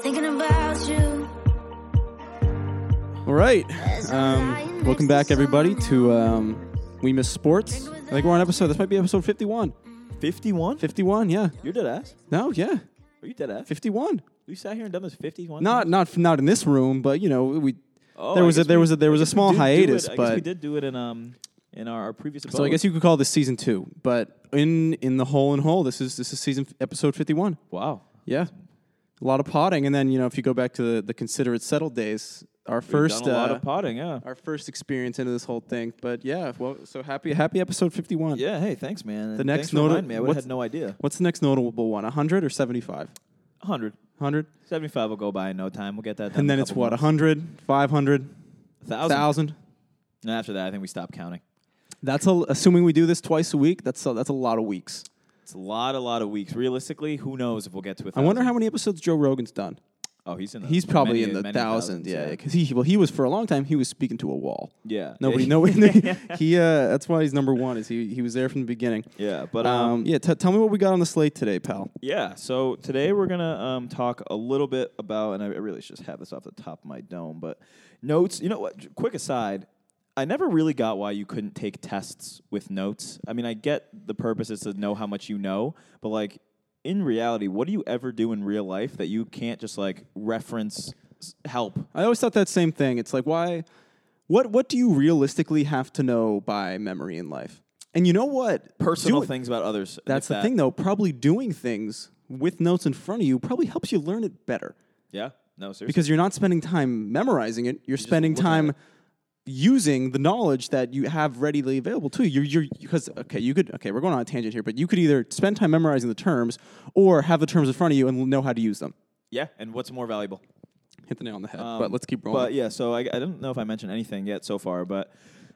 Thinking about you. All right. Um, welcome back, everybody, to um, We Miss Sports. I think we're on episode, this might be episode 51. 51? 51, yeah. You're dead ass. No, yeah. Are you dead ass? 51. You sat here and done this 51? Not, times? not, not in this room, but, you know, we. Oh, there I was a guess there we- was a there was a small we did do hiatus, it. I guess we but did do it in um in our, our previous. so I guess you could call this season two. But in in the hole and hole, this is this is season episode fifty one. wow. Yeah, a lot of potting, and then you know if you go back to the, the considerate settled days, our First, first done a lot uh, of potting. Yeah. our first experience into this whole thing. But yeah, well, so happy happy episode fifty one. Yeah. Hey, thanks, man. And The next thanks for noti- reminding me. I would what's- have had no idea. What's the next notable one? hundred or seventy five? 100. Hundred, 75 will go by in no time. We'll get that. Done and in then a it's couple what months. 100, 500, Thousand. 1,000. And after that, I think we stop counting. That's a, assuming we do this twice a week. That's a, that's a lot of weeks. It's a lot, a lot of weeks. Realistically, who knows if we'll get to a I thousand. wonder how many episodes Joe Rogan's done. Oh, he's in. The He's probably many- in the many thousands, thousands, yeah, because he well he was for a long time he was speaking to a wall. Yeah. Nobody, Yeah. nobody. he uh, that's why he's number one. Is he he was there from the beginning. Yeah, but um, Um, yeah, t- tell me what we got on the slate today, pal. Yeah, so today we're going to um, talk a little bit about, and I I really should just have this off the top of my dome, but notes, you know what? j- Quick aside, I never really got why you couldn't take tests with notes. I mean, I get the purpose is to know how much you know, but like in reality, what do you ever do in real life that you can't just like reference s- help? I always thought that same thing. It's like why, what what do you realistically have to know by memory in life? And you know what? Personal Doing- things about others. and That's if the that- thing, though. Probably doing things with notes in front of you probably helps you learn it better Yeah, no, seriously. because you're not spending time memorizing it. You're, spending looking at time it. using the knowledge that you have readily available to you. You're because okay, you could okay, we're going on a tangent here, but you could either spend time memorizing the terms or have the terms in front of you and know how to use them. yeah, and what's more valuable? Hit the nail on the head. Um, but let's keep But rolling. yeah, so I, I don't know if I mentioned anything yet so far, but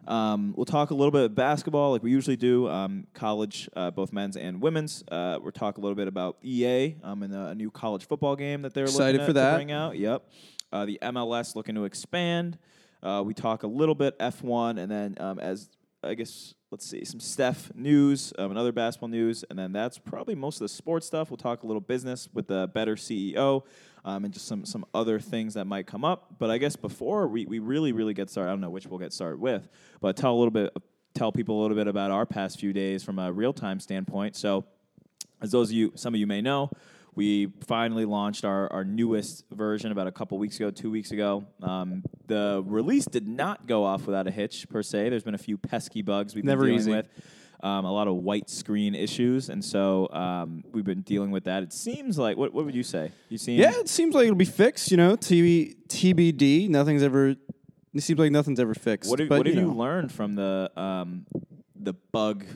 um, we'll talk a little bit of basketball like we usually do, um, college, uh, both men's and women's. Uh, we'll talk a little bit about EA um, and a new college football game that they're Excited looking at for that. To bring out. Yep. Uh, the MLS looking to expand. Uh, we talk a little bit F1, and then um, as I guess let's see some Steph news, um, another basketball news, and then that's probably most of the sports stuff. We'll talk a little business with the better CEO, um, and just some some other things that might come up. But I guess before we, we really really get started, I don't know which we'll get started with, but tell a little bit, tell people a little bit about our past few days from a real time standpoint. So as those of you, some of you may know, we finally launched our, our newest version about a couple weeks ago, two weeks ago. Um, the release did not go off without a hitch per se. There's been a few pesky bugs we've Never been dealing easy. with, um, a lot of white screen issues, and so um, we've been dealing with that. It seems like what what would you say? You seem Yeah, it seems like it'll be fixed. You know, TB, TBD. Nothing's ever. It seems like nothing's ever fixed. What have, but, what have you, you, know, learned from the um, the bug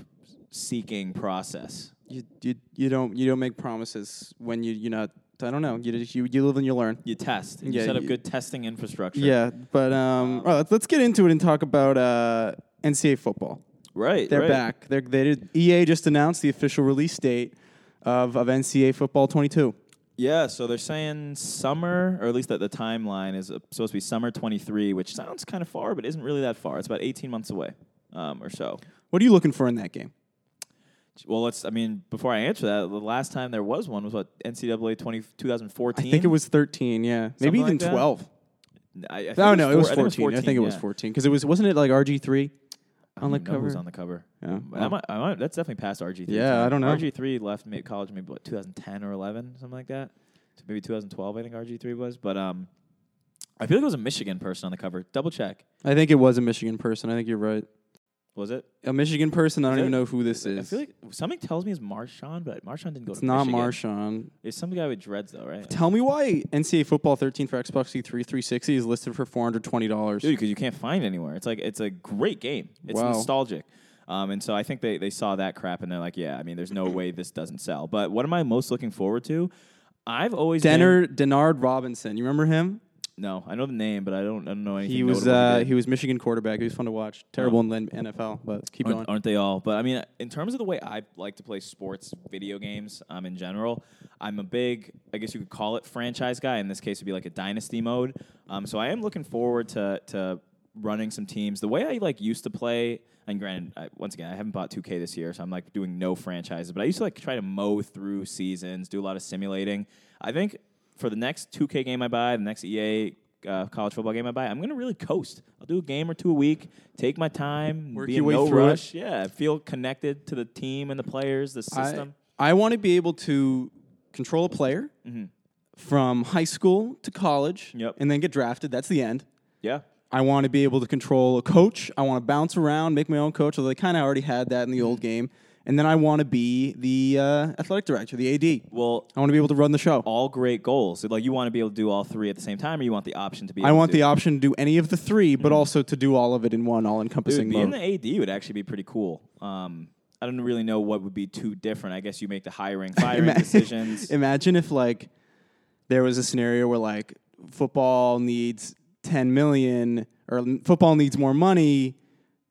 seeking process? you, you you don't you don't make promises when you you're not. I don't know. You just- you, you live and you learn. You test. You Yeah, set up you- good testing infrastructure. Yeah, but um, all right, let's, let's get into it and talk about uh, NCAA football. right. They're right. back. They're, they did, EA just announced the official release date of, of NCAA football 22. Yeah, so they're saying summer, or at least that the timeline is uh, supposed to be summer 23, which sounds kind of far, but isn't really that far. It's about 18 months away um, or so. What are you looking for in that game? Well, let's, I mean, before I answer that, the last time there was one was what, NCAA 20, 2014? I think it was 13. Yeah, maybe Something like even that? 12. I, I think Oh no, it was four- 14. I think it was 14 because it was wasn't it like RG three I on the don't know who's cover? on the cover. Yeah. But I might- I might- that's definitely past RG3. Yeah, time. I don't know. RG3 left ma- college maybe what, 2010 or 11, something like that. So maybe 2012, I think RG3 was. But um, I feel like it was a Michigan person on the cover. Double check. I think it was a Michigan person. I think you're right. Was it? A Michigan person. I don't Is even it- know who this I is. feel like something tells me it's Marshawn, but Marshawn didn't go it's to not Michigan. Marshawn. It's some guy with dreads though, right? Tell me why NCAA Football 13 for Xbox C3 360 is listed for $420. Dude, because you can't find it anywhere. It's like it's a great game. It's Wow. nostalgic. Um, and so I think they, they saw that crap and they're like, yeah, I mean, there's no way this doesn't sell. But what am I most looking forward to? I've always been- Denner Denard Robinson. You remember him? no, I know the name, but I don't I don't know anything. He was notable Oh. uh, did. he was Michigan quarterback. He was fun to watch. Terrible in the NFL, but keep going. aren't, aren't they all? But I mean, in terms of the way I like to play sports, video games, um, in general, I'm a big, I guess you could call it franchise guy. In this case, it'd be like a dynasty mode. Um, so I am looking forward to to running some teams. The way I like used to play, and granted, I, once again, I haven't bought 2K this year, so I'm like doing no franchises. But I used to like try to mow through seasons, do a lot of simulating. I think for the next 2K game I buy, the next EA uh, college football game I buy, I'm gonna really coast. I'll do a game or two a week, take my time, Work be your in way no through it. rush. Yeah, feel connected to the team and the players, the system. I, I want to be able to control a player from high school to college Mm-hmm. Yep. and then get drafted. That's the end. yeah, I want to be able to control a coach. I want to bounce around, make my own coach, although they kind of already had that in the Mm-hmm. old game. And then I want to be the uh, athletic director, the AD. well, I want to be able to run the show. all great goals. So, like you want to be able to do all three at the same time, or you want the option to be. Able I want to do the option to do any of the three, but also to do all of it in one all encompassing Mm-hmm. Dude, being mode. the AD would actually be pretty cool. Um, I don't really know what would be too different. I guess you make the hiring, firing Ima- decisions. Imagine if like there was a scenario where like football needs 10 million or n- football needs more money,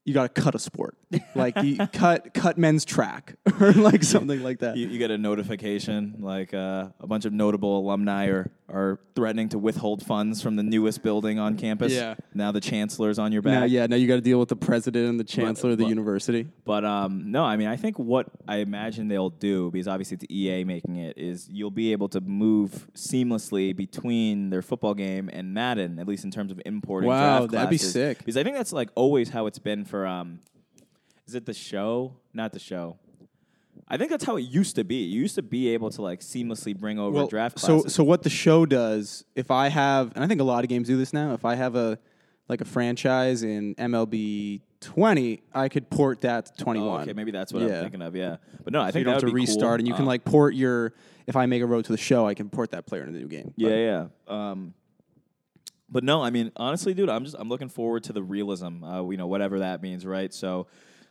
you got to cut a sport. like you cut cut men's track or like something like that. you, you get a notification like uh, a bunch of notable alumni are, are threatening to withhold funds from the newest building on campus. Yeah. Now the chancellor's on your back. Now, yeah, now you got to deal with the president and the chancellor of the but- university. But um, no, I mean, I think what I imagine they'll do, because obviously it's EA making it, is you'll be able to move seamlessly between their football game and Madden, at least in terms of importing. Wow, draft that'd be classes. sick. Because I think that's like always how it's been for. Um, is it the show? Not the show. I think that's how it used to be. You used to be able to like seamlessly bring over draft so classes. so what the show does, if I have, and I think a lot of games do this now. If I have a like a franchise in MLB 20, I could port that to 21. Oh, okay, maybe that's what Yeah. I'm thinking of. Yeah, but no, I So think you don't that have to would be cool. restart, and you can Uh, like port your. If I make a road to the show, I can port that player into the new game. But Yeah, yeah. Um, but no, I mean, honestly, dude, I'm just I'm looking forward to the realism. Uh, you know, whatever that means, right? So,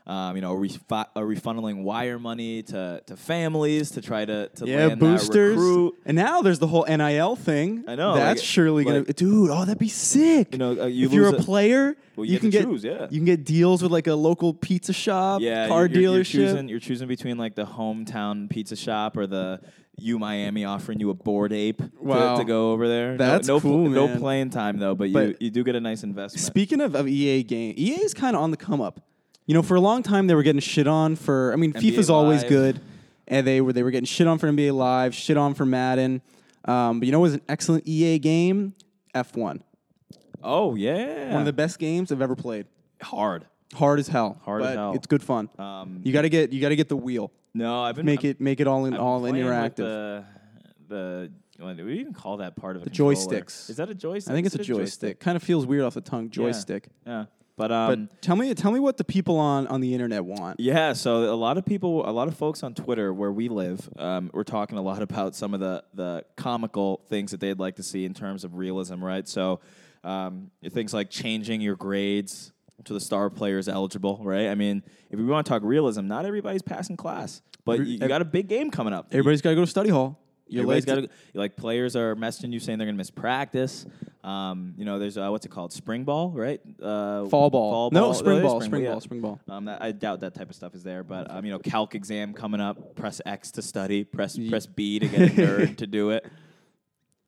um, you know, are we fi- are we funneling wire money to to families to try to to yeah, land That boosters, recruit? and now there's the whole NIL thing. I know, that's like- surely gonna, like- dude. Oh, that'd be sick. You know, uh, you if you're lose a a- player, Well, you, you can get get to choose, yeah. you can get deals with like a local pizza shop, Yeah, car you're, you're- You're dealership. choosing, you're choosing between like the hometown pizza shop or the U Miami offering you a board ape to- Wow. to, go over there. No- That's no, pl- cool, no, man. playing time though, but, you, But- you do get a nice investment. Speaking of, of EA game, EA is kind of on the come up. You know, for a long time they were getting shit on for. I mean, NBA FIFA's always Live. good, and they were they were getting shit on for NBA Live, shit on for Madden. Um, but you know, what was an excellent EA game. F one, oh yeah, one of the best games I've ever played. hard. Hard as hell. Hard as but hell. It's good fun. Um, you gotta get you gotta get the wheel. no, I've been Make it make it all in I've been all playing with interactive. The, the what do we even call that part of the joysticks. Is that a joystick? I think Is it's a it joystick. Kind of feels weird off the tongue. Joystick. Yeah. Yeah. But um, But tell me tell me what the people on on the internet want. Yeah, so a lot of people, a lot of folks on Twitter where we live, um, we're talking a lot about some of the the comical things that they'd like to see in terms of realism, right? So um, things like changing your grades to the star players eligible, right? I mean, if we want to talk realism, not everybody's passing class, but you, you got a big game coming up. Everybody's gotta go to study hall. You're Everybody's late to- got to like players are messaging you saying they're gonna miss practice. Um, you know, there's uh, what's it called, spring ball, right? Uh, Fall ball. No, spring it is ball, spring ball, yeah. spring ball. Um, that, I doubt that type of stuff is there, but um, you know, calc exam coming up. Press X to study. Press press B to get a nerd to do it.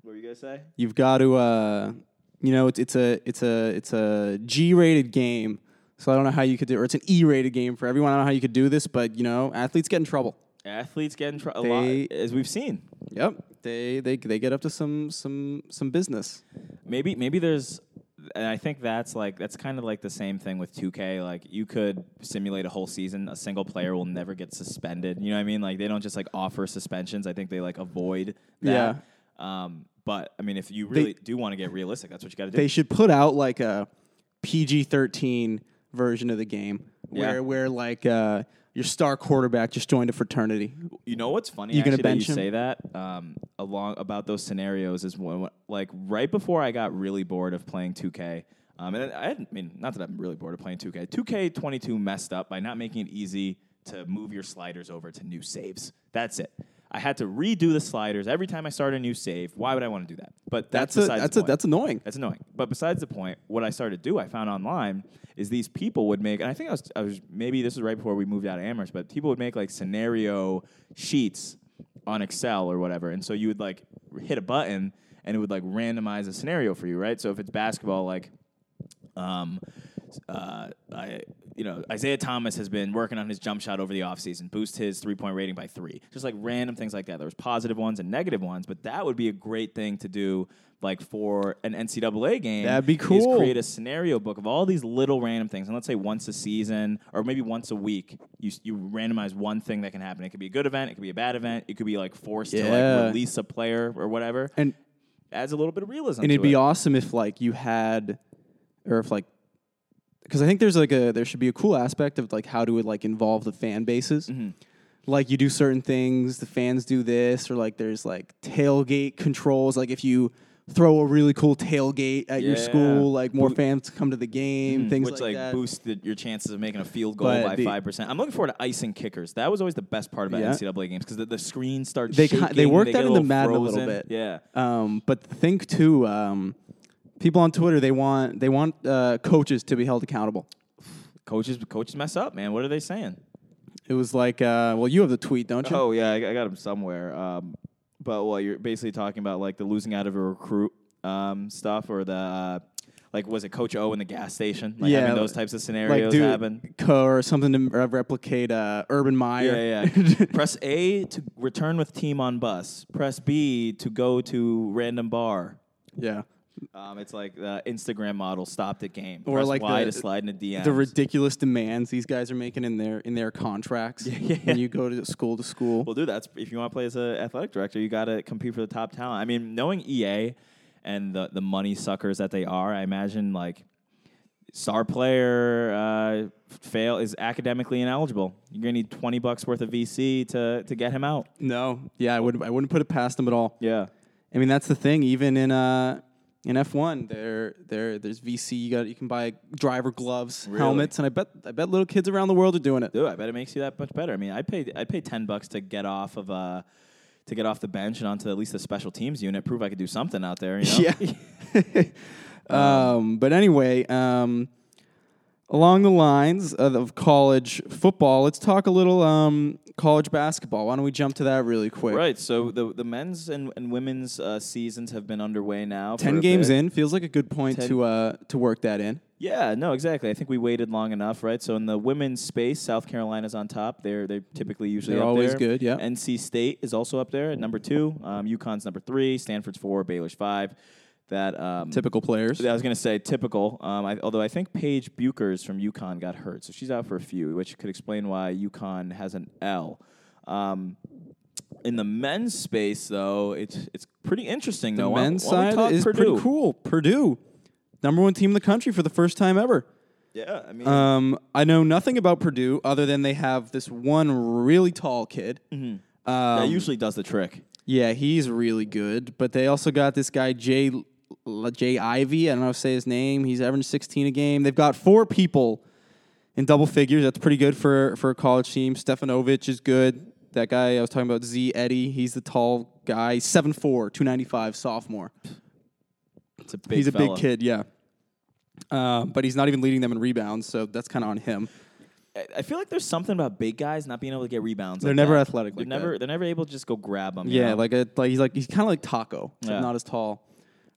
What were you gonna say? You've got to, uh, you know, it's, it's a it's a it's a G-rated game, so I don't know how you could do, or it's an E-rated game for everyone. I don't know how you could do this, but you know, athletes get in trouble. Athletes get in trouble a They- lot, as we've seen. Yep, they they they get up to some some some business. Maybe maybe there's, and I think that's like that's kind of like the same thing with 2K. Like you could simulate a whole season. A single player will never get suspended. You know what I mean? Like they don't just like offer suspensions. I think they like avoid that. Yeah. Um, but I mean, if you really do want to get realistic, that's what you got to do. They should put out like a PG-13 version of the game where Yeah. where like uh, your star quarterback just joined a fraternity. You know what's funny? You gonna actually, that bench you him? say that um, along about those scenarios is when, like right before I got really bored of playing 2K. Um, and I, I mean, not that I'm really bored of playing 2K. 2K22 messed up by not making it easy to move your sliders over to new saves. That's it. I had to redo the sliders every time I started a new save. Why would I want to do that? But that's, That's a besides that's the a point. that's annoying. That's annoying. But besides the point, what I started to do, I found online, is these people would make, and I think I was, I was maybe this is right before we moved out of Amherst, but people would make like scenario sheets on Excel or whatever. And so you would like hit a button and it would like randomize a scenario for you, right? So if it's basketball, like, um, uh, I you know, Isaiah Thomas has been working on his jump shot over the offseason, boost his three point rating by three. Just like random things like that. There was positive ones and negative ones, but that would be a great thing to do like for an NCAA game. That'd be is cool. create a scenario book of all these little random things. And let's say once a season or maybe once a week, you, you randomize one thing that can happen. It could be a good event, it could be a bad event, it could be like forced to Yeah. like release a player or whatever. And Adds a little bit of realism. and to it'd be it. awesome if like you had or if like because i think there's like a there should be a cool aspect of like how to like involve the fan bases Mm-hmm. like you do certain things the fans do this or like there's like tailgate controls like if you throw a really cool tailgate at your Yeah. Mm-hmm. school like more fans come to the game things which like, like, that boost the, your chances of making a field goal But by the- five percent. I'm looking forward to icing kickers. That was always the best part about Yeah. NCAA games because the, the screen starts. They ki- shaking, they worked get that a into little Madden a little frozen. bit. Yeah, um, but think too um, people on twitter they want they want uh, coaches to be held accountable coaches coaches mess up, man. What are they saying? it was like uh, well you have the tweet don't you Oh yeah, I, I got him somewhere. Um, but well, you're basically talking about like the losing out of a recruit um, stuff or the. Uh, like was it Coach O in the gas station? Like Yeah, having those types of like scenarios do happen. co or something to re- replicate uh, Urban Meyer. Yeah, yeah. Press A to return with team on bus. Press B to go to random bar. Yeah. Um, it's like the Instagram model stopped at game. Or Press like Y the- to slide in a DM. The ridiculous demands these guys are making in their in their contracts when you go to school to school. well, dude, that's if you want to play as an athletic director, you got to compete for the top talent. I mean, knowing EA and the the money suckers that they are, I imagine like star player uh, fail is academically ineligible. You're gonna need twenty bucks worth of VC to to get him out. no, yeah, I would I wouldn't put it past them at all. Yeah. I mean, that's the thing. Even in uh in F one, there there there's VC. You got you can buy driver gloves, Really? helmets, and I bet I bet little kids around the world are doing it. Dude, I bet it makes you that much better. I mean, I paid I paid ten bucks to get off of uh to get off the bench and onto at least the special teams unit, prove I could do something out there. You know? Yeah. um, but anyway, um, along the lines of, of college football, let's talk a little um, college basketball. Why don't we jump to that really quick? Right. So the the men's and, and women's uh, seasons have been underway now. Ten games in feels like a good point Ten- to uh, to work that in. Yeah. No. Exactly. I think we waited long enough, right? So in the women's space, South Carolina's on top. They're they're typically usually They're up always there. good, yeah. NC State is also up there at number two. Um, UConn's number three. Stanford's four. Baylor's five. That um, Typical players. I was going to say typical. Um, I, although I think Paige Buchers from UConn got hurt, so she's out for a few, which could explain why UConn has an L. Um, in the men's space, though, it's it's pretty interesting. The though. Why don't- men's why don't we side talk is Purdue? pretty cool. Purdue, number one team in the country for the first time ever. Yeah, I mean, Um, I know nothing about Purdue other than they have this one really tall kid. Mm-hmm. Um, that usually does the trick. Yeah, he's really good. But they also got this guy Jay L- Jay Ivy. I don't know how to say his name. He's averaging 16 a game. They've got four people in double figures. That's pretty good for for a college team. Stefanovic is good. That guy I was talking about, Z Eddie. He's the tall guy, 7'4", 295, sophomore. It's a big. he's a fella. big kid, yeah. Uh, but he's not even leading them in rebounds, so that's kind of on him. I- I feel like there's something about big guys not being able to get rebounds. They're like never that. athletic They're like never. that. They're never able to just go grab them. Yeah, like a, like he's like he's kind of like Taco, except Yeah. not as tall.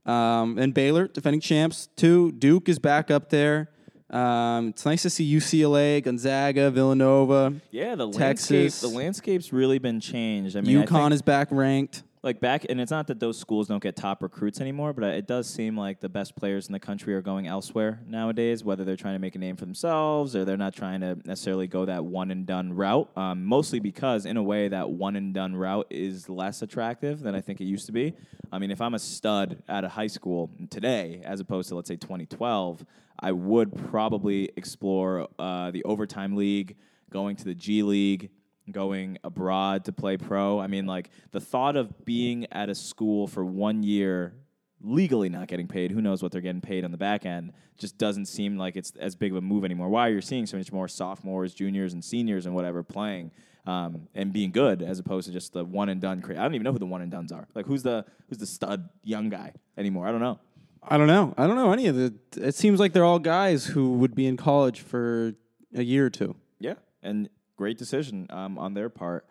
Um, and Baylor, defending champs, two. Duke is back up there. Um, it's nice to see UCLA, Gonzaga, Villanova. yeah. The Texas. landscape. The landscape's really been changed. I mean, I think- UConn is back ranked. like back and it's not that those schools don't get top recruits anymore but it does seem like the best players in the country are going elsewhere nowadays whether they're trying to make a name for themselves or they're not trying to necessarily go that one and done route um, mostly because in a way that one and done route is less attractive than i think it used to be i mean if i'm a stud out of high school today as opposed to let's say 2012 i would probably explore uh, the overtime league going to the g league going abroad to play pro. I mean, like the thought of being at a school for one year, legally not getting paid, who knows what they're getting paid on the back end, just doesn't seem like it's as big of a move anymore. Why you're seeing so much more sophomores, juniors, and seniors and whatever playing. Um, and being good as opposed to just the one and done. Cra- I don't even know who the one and duns are. Like who's the who's the stud young guy anymore? I don't know. I don't know. I don't know any of the. It seems like they're all guys who would be in college for a year or two. Yeah, and great decision um, on their part.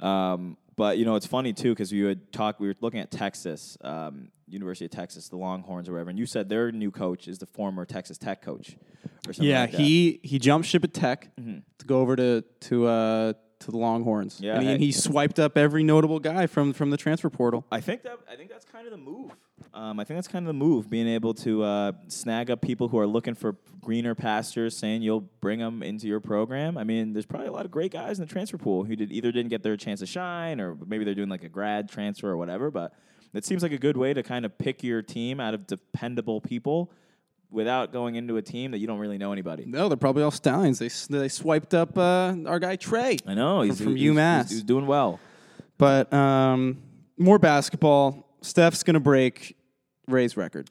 Um, but you know, it's funny too because you had talked. We were looking at Texas, um, University of Texas, the Longhorns or whatever, and you said their new coach is the former Texas Tech coach, or something. Yeah, like that. he he jumped ship at Tech to go over to to uh, to the Longhorns. Yeah, and he, and hey. he swiped up every notable guy from from the transfer portal. I think that I think that's kind of the move. Um, I think that's kind of the move, being able to uh, snag up people who are looking for greener pastures, saying you'll bring them into your program. I mean, there's probably a lot of great guys in the transfer pool who did either didn't get their chance to shine, or maybe they're doing like a grad transfer or whatever. But it seems like a good way to kind of pick your team out of dependable people without going into a team that you don't really know anybody. No, they're probably all stallions. They s- they swiped up uh, our guy Trey. I know he's from he's- he's- UMass. He's, doing well. But um, more basketball. Steph's gonna break Ray's record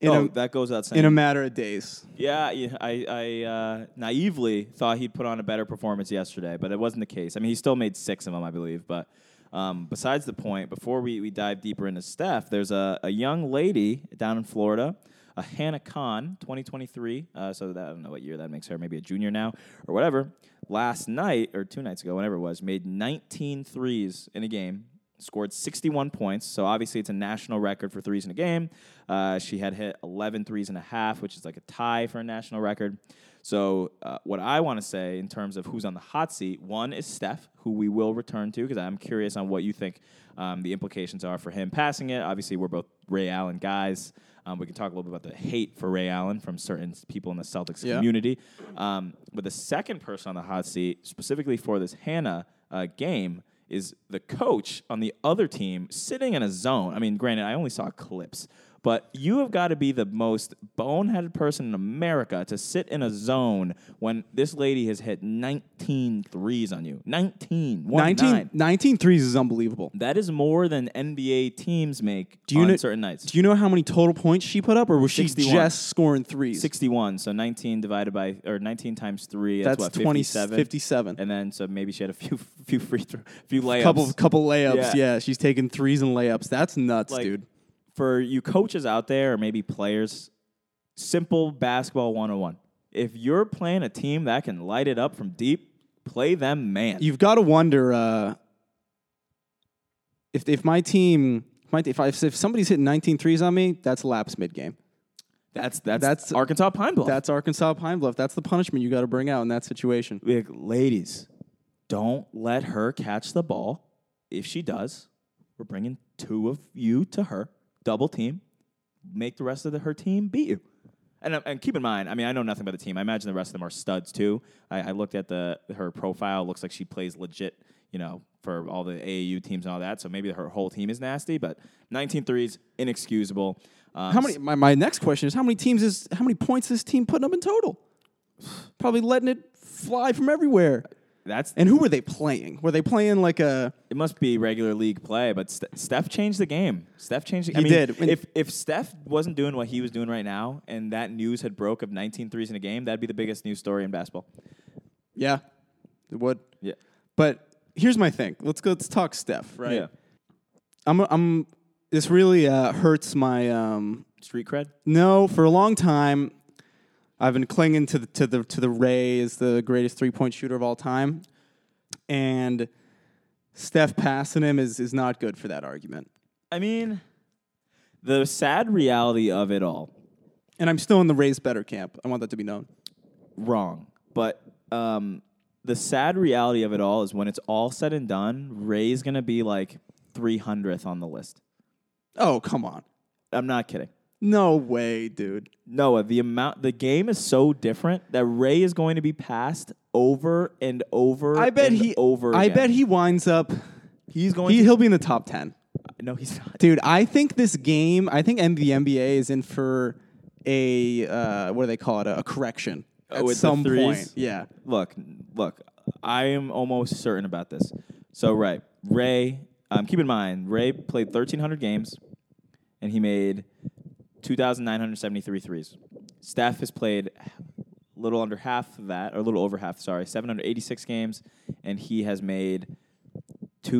in oh, a that goes out saying. in a matter of days. Yeah, yeah, I, I uh, naively thought he'd put on a better performance yesterday, but it wasn't the case. I mean, he still made six of them, I believe. But um, besides the point, before we, we dive deeper into Steph, there's a, a young lady down in Florida, a Hannah Khan, 2023. Uh, so that, I don't know what year that makes her, maybe a junior now or whatever. Last night, or two nights ago, whenever it was, made 19 threes in a game scored 61 points. So obviously, it's a national record for threes in a game. Uh, she had hit 11 threes and a half, which is like a tie for a national record. So, uh, what I want to say in terms of who's on the hot seat, one is Steph, who we will return to because I'm curious on what you think um, the implications are for him passing it. Obviously, we're both Ray Allen guys. Um, we can talk a little bit about the hate for Ray Allen from certain people in the Celtics Yeah. community community. Um, but the second person on the hot seat, specifically for this Hannah uh, game, is the coach on the other team sitting in a zone. I mean, granted, I only saw clips, but you have got to be the most boneheaded person in America to sit in a zone when this lady has hit 19 threes on you. 19. one 19, nine. 19 threes is unbelievable. That is more than NBA teams make Do you on kn- certain nights. Do you know how many total points she put up, or was she 61. just scoring threes? 61, so 19 divided by, or 19 times 3, that's, what, 57? 57. and then so maybe she had a few few free throw, few layups. couple couple layups. Yeah. Yeah. she's taking threes and layups. That's nuts, Like, dude. For you coaches out there, or maybe players, simple basketball 101. If you're playing a team that can light it up from deep, play them man. You've got to wonder uh, if if my team if my, if, I, if somebody's hitting 19 threes on me, that's laps mid game. that's that's that's that's- Arkansas Pine Bluff. That's Arkansas Pine Bluff. That's the punishment you got to bring out in that situation. like, ladies, don't let her catch the ball. If she does, we're bringing two of you to her, double team, make the rest of the, her team beat you. And, uh, and keep in mind, I mean, I know nothing about the team. I imagine the rest of them are studs too. I, I looked at the her profile; looks like she plays legit, you know, for all the AAU teams and all that. So maybe her whole team is nasty, but 19 threes, inexcusable. Um, How many? My, my next question is how many teams is how many points this team putting up in total? Probably letting it fly from everywhere. That's And who were they playing? Were they playing like a It must be regular league play, but Ste- Steph changed the game. Steph changed. The, I He mean, did. When- If if Steph wasn't doing what he was doing right now, and that news had broke of 19 threes in a game, that'd be the biggest news story in basketball. yeah? It would. Yeah, But here's my thing. Let's go. Let's talk Steph. Right. yeah. I'm. I'm. This really uh, hurts my. Um, Street cred. no, for a long time, I've been clinging to the to the to the Ray as the greatest three point shooter of all time, and Steph passing him is is not good for that argument. I mean, the sad reality of it all. And I'm still in the Ray's better camp. I want that to be known. Wrong, but um, the sad reality of it all is when it's all said and done, Ray's gonna be like 300th on the list. Oh come on. I'm not kidding. No way, dude. Noah, the amount the game is so different that Ray is going to be passed over and over. I bet and he over. I again. bet he winds up. he's going. He, he'll be in the top ten. to, no, he's not. Dude, I think this game, I think M- the NBA is in for a uh, what do they call it? A, a correction Oh, at with the some point. threes? Yeah, Look, look, I am almost certain about this. So right, Ray. Um, keep in mind, Ray played 1,300 games, and he made 2,973 threes. Steph has played a little under half of that, or a little over half. Sorry, 786 games, and he has made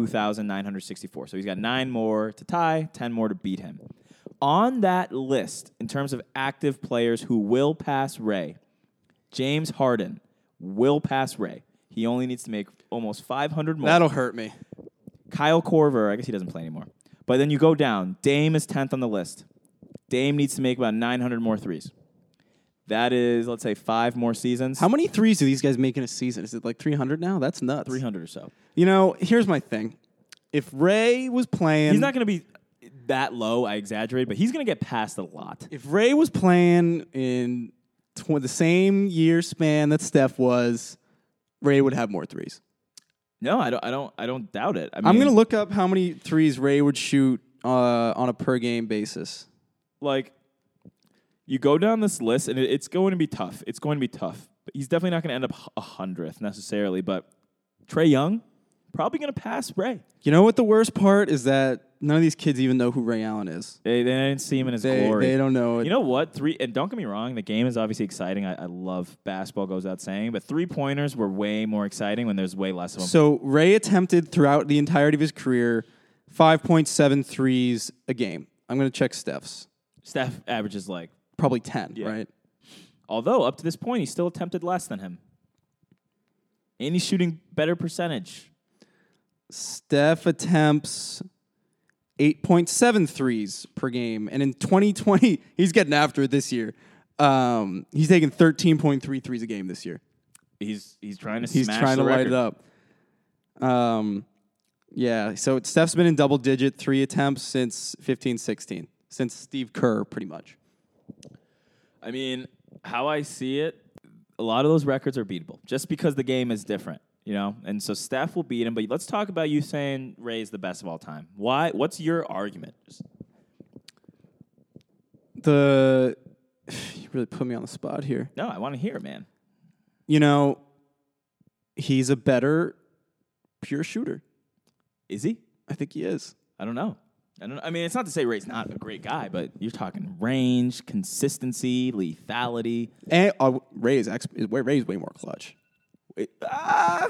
2,964. So he's got nine more to tie, 10 more to beat him. On that list, in terms of active players who will pass Ray, James Harden will pass Ray. He only needs to make almost 500 more. that'll hurt me. Kyle Corver, I guess he doesn't play anymore. But then you go down. Dame is 10th on the list. Dame needs to make about 900 more threes. That is, let's say, five more seasons. How many threes do these guys make in a season? Is it like 300 now? That's nuts. 300 or so. You know, here's my thing. If Ray was playing, He's not going to be that low. I exaggerated, but he's going to get past a lot. if Ray was playing in tw- the same year span that Steph was, Ray would have more threes. No, I don't. I don't. I don't doubt it. I mean, I'm gonna look up how many threes Ray would shoot uh, on a per game basis. like you go down this list and it, it's going to be tough. It's going to be tough. But he's definitely not going to end up h- a hundredth necessarily. But Trey Young probably going to pass Ray. You know what the worst part is that none of these kids even know who Ray Allen is. They, they didn't see him in his They, glory. they don't know. It. You know what? Three and don't get me wrong, the game is obviously exciting. I, I love basketball goes out saying, but three pointers were way more exciting when there's way less of them. so Ray attempted throughout the entirety of his career 5.7 threes a game. I'm gonna check Steph's. Steph averages like, Probably 10, right? although up to this point he still attempted less than him, and he's shooting better percentage. Steph attempts 8.7 threes per game. And in 2020, he's getting after it this year. Um, he's taking 13.3 threes a game this year. He's he's trying to He's smash trying the to light record. it up. Um, yeah, so it's- Steph's been in double digit three attempts since 15 16, since Steve Kerr, pretty much. I mean, how I see it, a lot of those records are beatable just because the game is different, you know? And so Steph will beat him, but let's talk about you saying Ray's the best of all time. Why? What's your argument? Just- The. You really put me on the spot here. no, I want to hear, it, man. You know, he's a better pure shooter. Is he? I think he is. I don't know. I don't I mean, it's not to say Ray's not a great guy, but you're talking range, consistency, lethality. And uh, Ray is ex- is way- Ray is way more clutch. Ah!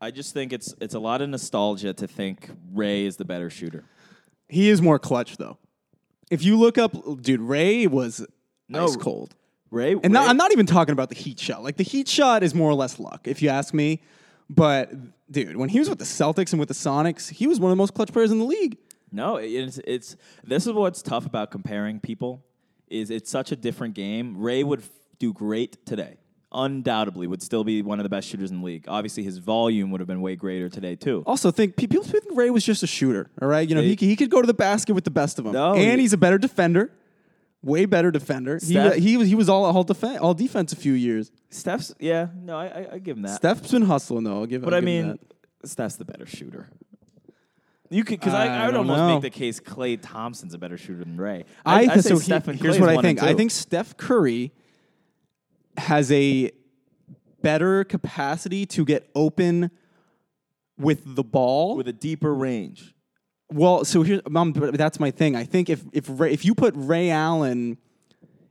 I just think it's it's a lot of nostalgia to think Ray is the better shooter. He is more clutch though. If you look up, dude, Ray was No. ice cold. Ray And not, Ray- I'm not even talking about the heat shot. Like the heat shot is more or less luck, if you ask me. But dude, when he was with the Celtics and with the Sonics, he was one of the most clutch players in the league. No, it- it's it's this is what's tough about comparing people is it's such a different game. Ray would f- do great today. Undoubtedly would still be one of the best shooters in the league. Obviously his volume would have been way greater today too. Also, think pe- people think Ray was just a shooter. All right, you know he, It- c- he could go to the basket with the best of them, No, and he- he's a better defender, way better defender. He, Steph- Uh, he was he was all all defense all defense a few years. Steph's yeah, no, I, I, I give him that. Steph's been hustling though. I'll give. but I'll I give him mean that. Steph's the better shooter. You could because I, I I, would don't almost know. make the case Clay Thompson's a better shooter than Ray. I, I say so he- Steph and here's Clay's what I one and think. I two. think Steph Curry has a better capacity to get open with the ball. with a deeper range. well, so here's mom. That's my thing. I think if if Ray, if you put Ray Allen,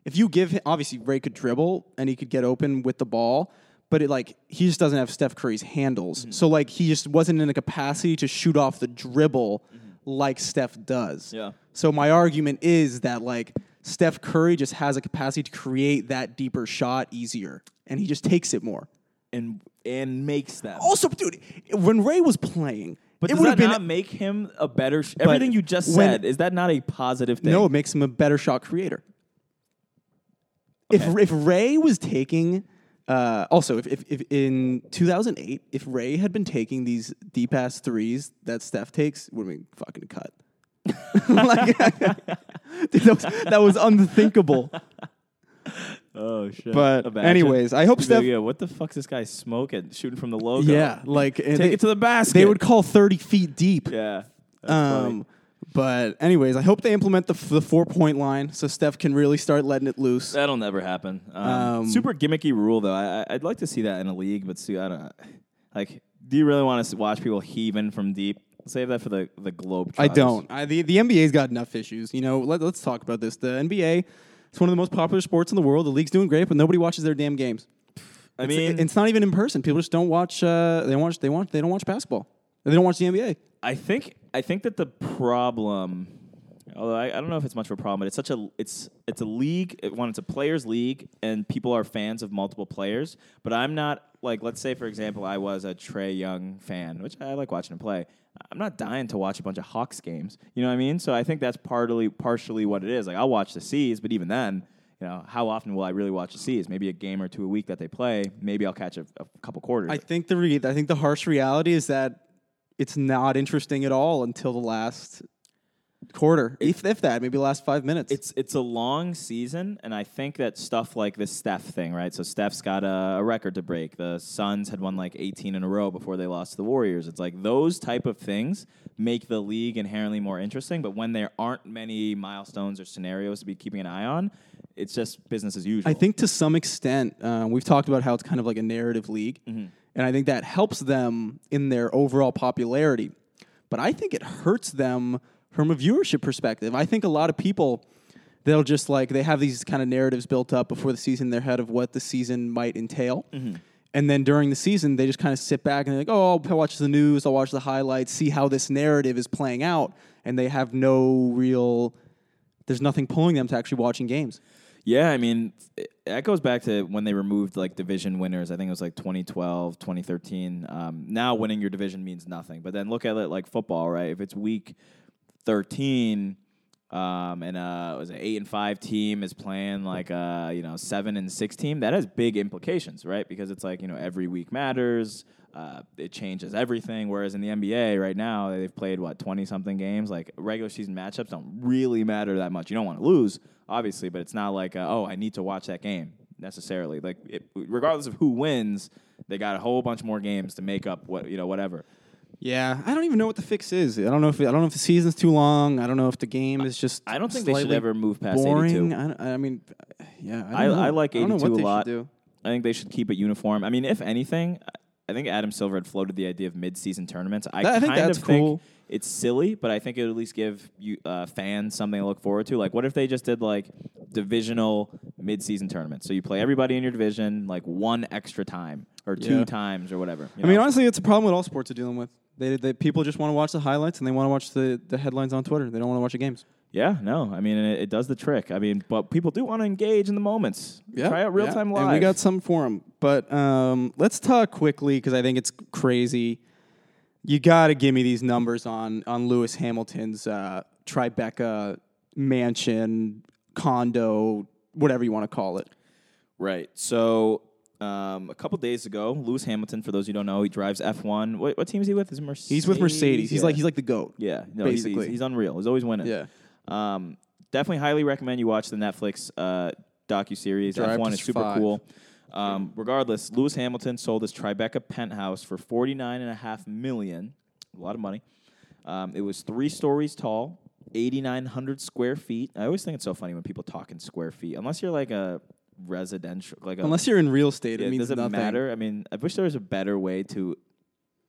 if you give him obviously Ray could dribble and he could get open with the ball. But it like he just doesn't have Steph Curry's handles, Mm-hmm. so like he just wasn't in a capacity to shoot off the dribble like Steph does. Mm-hmm. Yeah. So my argument is that like Steph Curry just has a capacity to create that deeper shot easier, and he just takes it more. And and makes them. Also, dude, when Ray was playing, But it does would that have been not make him a better? Sh- everything you just when- said is that not a positive thing? no. It makes him a better shot creator. If Okay. if Ray was taking. Uh, also, if, if, if in 2008, if Ray had been taking these deep ass threes that Steph takes, would have been fucking cut. like, dude, that, was, that was unthinkable. Oh shit. But Imagine. anyways, I hope You'd be Steph- like, "Yo, what the fuck's this guy smoking? Shooting from the logo. Yeah, like Take it to the basket. They would call thirty feet deep. Yeah. That's funny. um, but anyways, I hope they implement the, f- the four point line so Steph can really start letting it loose. That'll never happen. Um, Um, super gimmicky rule though. I, I- I'd like to see that in a league, but see, I don't. Like, do you really want to watch people heaving from deep? Save that for the the globe. I don't. I, the the NBA's got enough issues. You know, let, let's talk about this. The NBA. It's one of the most popular sports in the world. The league's doing great, but nobody watches their damn games. I It's- mean, it's, not even in person. People just don't watch. Uh, they watch. They watch. They don't watch basketball. They don't watch the NBA. I think I think that the problem, although I, I don't know if it's much of a problem, but it's such a it's it's a league. It, one, it's a players' league, and people are fans of multiple players. But I'm not like let's say for example, I was a Trey Young fan, which I like watching him play. I'm not dying to watch a bunch of Hawks games. You know what I mean? So I think that's partly partially what it is. Like I'll watch the C's, but even then, you know, how often will I really watch the C's? Maybe a game or two a week that they play. Maybe I'll catch a, a couple quarters. I think the re- I think the harsh reality is that it's not interesting at all until the last quarter, if, if that, maybe the last five minutes. It's it's a long season, and I think that stuff like this Steph thing, right? So Steph's got a, a record to break. The Suns had won like 18 in a row before they lost to the Warriors. It's like those type of things make the league inherently more interesting. But when there aren't many milestones or scenarios to be keeping an eye on, it's just business as usual. I think to some extent, uh, we've talked about how it's kind of like a narrative league, and I think that helps them in their overall popularity. But I think it hurts them from a viewership perspective. I think a lot of people they'll just like they have these kind of narratives built up before the season in their head of what the season might entail. And then during the season, they just kind of sit back and they're like, oh, I'll watch the news, I'll watch the highlights, see how this narrative is playing out. And they have no real, there's nothing pulling them to actually watching games. Yeah, I mean, it- that goes back to when they removed like division winners. I think it was like 2012, 2013. Um, now winning your division means nothing. But then look at it like football, right? If it's week 13 um, and uh, was an eight and five team is playing like a you know seven and six team, that has big implications, right? Because it's like you know every week matters. Uh, it changes everything. Whereas in the NBA right now, they've played what twenty something games. Like regular season matchups don't really matter that much. You don't want to lose, obviously, but it's not like uh, oh, I need to watch that game necessarily. Like it, regardless of who wins, they got a whole bunch more games to make up what you know whatever. Yeah, I don't even know what the fix is. I don't know if I don't know if the season's too long. I don't know if the game is just. I don't think they should slightly ever move past boring. 82. I, don't- I mean, yeah, I, I, don't know. I like I don't know 82 what they a should lot. do. I think they should keep it uniform. I mean, if anything, I- I think Adam Silver had floated the idea of mid-season tournaments. I, That- I kind think that's of cool. think it's silly, but I think it would at least give you uh, fans something to look forward to. Like, what if they just did like divisional mid-season tournaments? So you play everybody in your division like one extra time or two Yeah. times or whatever. you I mean, know? honestly, it's a problem that all sports are dealing with. They, they people just want to watch the highlights and they want to watch the, the headlines on Twitter. They don't want to watch the games. yeah, no, I mean it, it does the trick. I mean, but people do want to engage in the moments. try out real time live. And we got some for them. But um, let's talk quickly because I think it's crazy. You got to give me these numbers on on Lewis Hamilton's uh, Tribeca mansion, condo, whatever you want to call it. Right. So um, a couple days ago, Lewis Hamilton, for those who don't know, he drives F1. What, what team is he with? Is it Mercedes? He's with Mercedes. He's Yeah. like he's like the goat. yeah, no, he's- he's- basically. he's, unreal. He's always winning. Yeah. Um, definitely highly recommend you watch the Netflix uh, docu series. Drive F1 to is super Survive. cool. Um, regardless, Lewis Hamilton sold his Tribeca penthouse for forty nine and a half million. A lot of money. Um, it was three stories tall, eighty nine hundred square feet. I always think it's so funny when people talk in square feet, unless you're like a residential, like a Unless you're in real estate, it yeah, means does it nothing. matter? I mean, I wish there was a better way to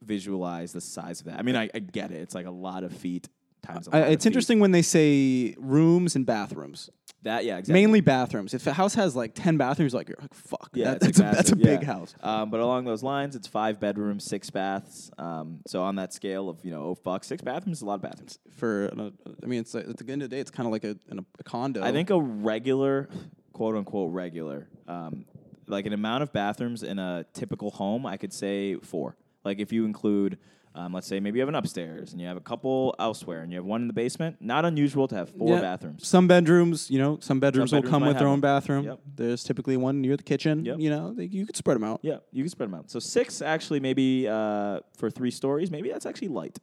visualize the size of that. I mean, I, I get it. It's like a lot of feet times. A I, lot of it's feet. interesting when they say rooms and bathrooms. that yeah, exactly. Mainly bathrooms. If a house has like ten bathrooms, like you're like fuck. yeah, that- that's it's, a, like, that's a massive, yeah. big house. Um, but along those lines, it's five bedrooms, six baths. Um, so on that scale of you know, oh fuck, six bathrooms is a lot of bathrooms. for an, uh, I mean, it's like, at the end of the day, it's kind of like a, an, a condo. I think a regular, quote unquote regular, um, like an amount of bathrooms in a typical home, I could say four. Like if you include, um, let's say maybe you have an upstairs and you have a couple elsewhere and you have one in the basement. Not unusual to have four Yeah. bathrooms. Some bedrooms, you know, some bedrooms, bedrooms will come might with their have own them. bathroom. Yep. There's typically one near the kitchen. Yep. You know, they, you could spread them out. Yeah, you can spread them out. So six actually maybe uh, for three stories. Maybe that's actually light.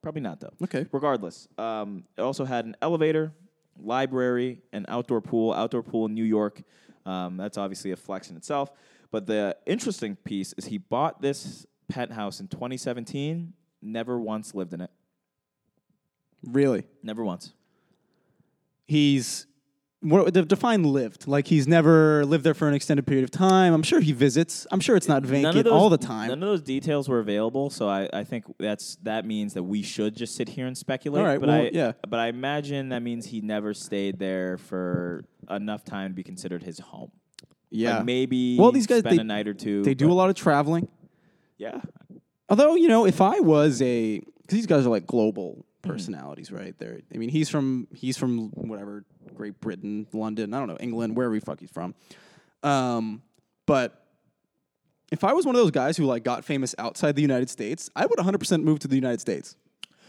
Probably not though. Okay. Regardless, um, it also had an elevator, library, an outdoor pool. Outdoor pool in New York. Um, that's obviously a flex in itself. But the interesting piece is he bought this penthouse in 2017. Never once lived in it. Really, Never once. he's what de- define lived. Like he's never lived there for an extended period of time. I'm sure he visits. I'm sure it's not None vacant of those- all the time. None of those details were available, so I, I think that's that means that we should just sit here and speculate. All right, but well, I, yeah. But I imagine that means he never stayed there for enough time to be considered his home. yeah, Like maybe. Well, these guys, spend they- a night or two. they do a lot of traveling. Yeah. Although you know, if I was a, because these guys are like global personalities, right? They're, I mean, he's from he's from whatever Great Britain, London, I don't know, England, wherever the fuck he's from. Um, but if I was one of those guys who like got famous outside the United States, I would 100 percent move to the United States.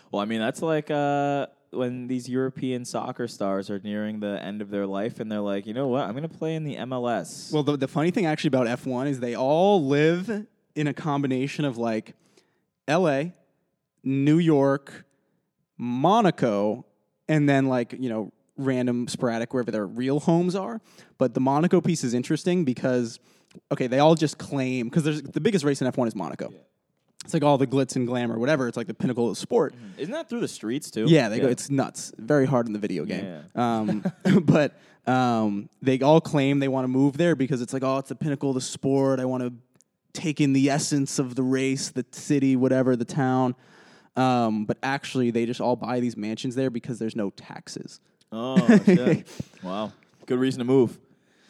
Well, I mean that's like uh, when these European soccer stars are nearing the end of their life and they're like, you know what, I'm gonna play in the MLS. Well, the, the funny thing actually about F1 is they all live in a combination of like LA, New York, Monaco, and then like, you know, random sporadic wherever their real homes are. But the Monaco piece is interesting because, okay, they all just claim, because there's the biggest race in F1 is Monaco. It's like all the glitz and glamour, whatever. It's like the pinnacle of sport. Isn't that through the streets too? Yeah, they go. It's nuts. Very hard in the video game. Um, but um, they all claim they want to move there because it's like, oh, it's the pinnacle of the sport. I want to take in the essence of the race, the city, whatever, the town. Um, but actually, they just all buy these mansions there because there's no taxes. Oh shit! wow, good reason to move.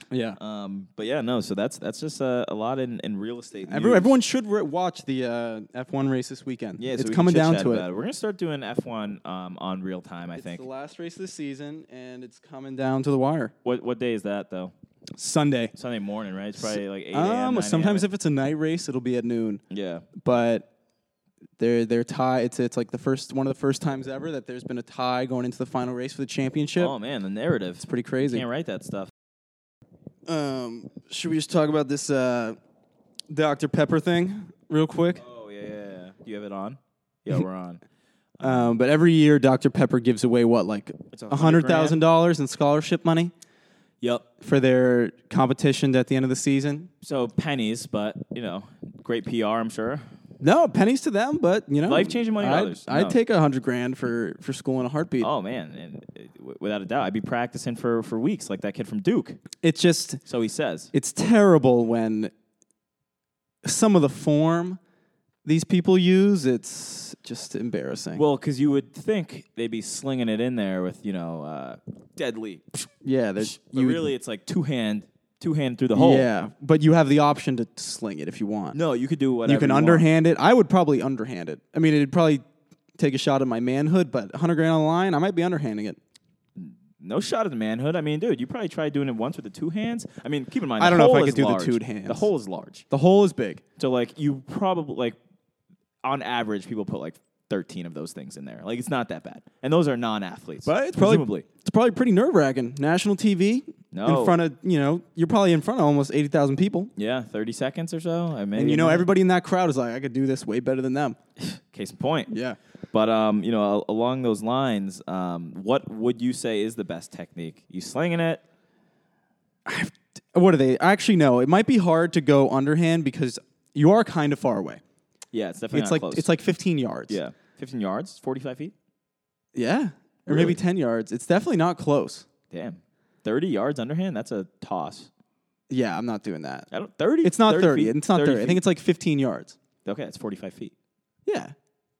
Yeah. Um, but yeah, no. So that's that's just uh, a lot in, in real estate. Every, news. everyone should re- watch the uh, F1 race this weekend. yeah, so we it's can coming down chit-chat to about We're gonna start doing F1 um, on real time. I It's think. the last race this season, and it's coming down to the wire. What what day is that though? Sunday. Sunday morning, right? It's probably like eight. a.m., Um, 9 sometimes a.m. if it's a night race, it'll be at noon. yeah. but they're they're tie. It's it's like the first one of the first times ever that there's been a tie going into the final race for the championship. Oh man, the narrative. it's pretty crazy. Can't write that stuff. Um, should we just talk about this uh, Dr Pepper thing real quick? Oh yeah, yeah, yeah. Do you have it on? Yeah, we're on. Um, but every year Dr Pepper gives away what like It's a a hundred hundred thousand dollars in scholarship money Yep. for their competition at the end of the season. So pennies, but you know, great PR, I'm sure. No pennies to them, but you know, Life-changing money to I'd, others. I'd No. take a hundred grand for for school in a heartbeat. Oh man, and uh, w- without a doubt, I'd be practicing for for weeks, like that kid from Duke. It's just So he says. it's terrible when some of the form these people use it's just embarrassing Well, because you would think they'd be slinging it in there with you know uh, deadly, but yeah there's you really it's like two hand, two hand through the hole. yeah but you have the option to sling it if you want No, you could do whatever. you can want. underhand it i would probably underhand it i mean it'd probably take a shot at my manhood but 100 grand on the line i might be underhanding it No shot at the manhood. I mean, dude, you probably tried doing it once with the two hands. I mean, keep in mind. I the don't know if hole I could is do the large. two hands. The hole is large. the hole is big So like you probably like on average people put like 13 of those things in there. Like it's not that bad. And those are non-athletes. But it's probably presumably. it's probably pretty nerve-wracking national tv in No. front of you know you're probably in front of almost 80000 people Yeah, 30 seconds or so. uh, I mean, and you know everybody in that crowd is like i could do this way better than them case in point. yeah But um, you know, a- along those lines, um, what would you say is the best technique? You slinging it? what are they? Actually, no. It might be hard to go underhand because you are kind of far away. Yeah, it's definitely it's not like close. it's like 15 yards. yeah, 15 yards, 45 feet. yeah, or maybe Really? 10 yards. It's definitely not close. Damn, 30 yards underhand. That's a toss. Yeah, I'm not doing that. I don't 30. It's not 30. feet, it's not 30. I think feet. it's like 15 yards. okay. It's 45 feet. Yeah,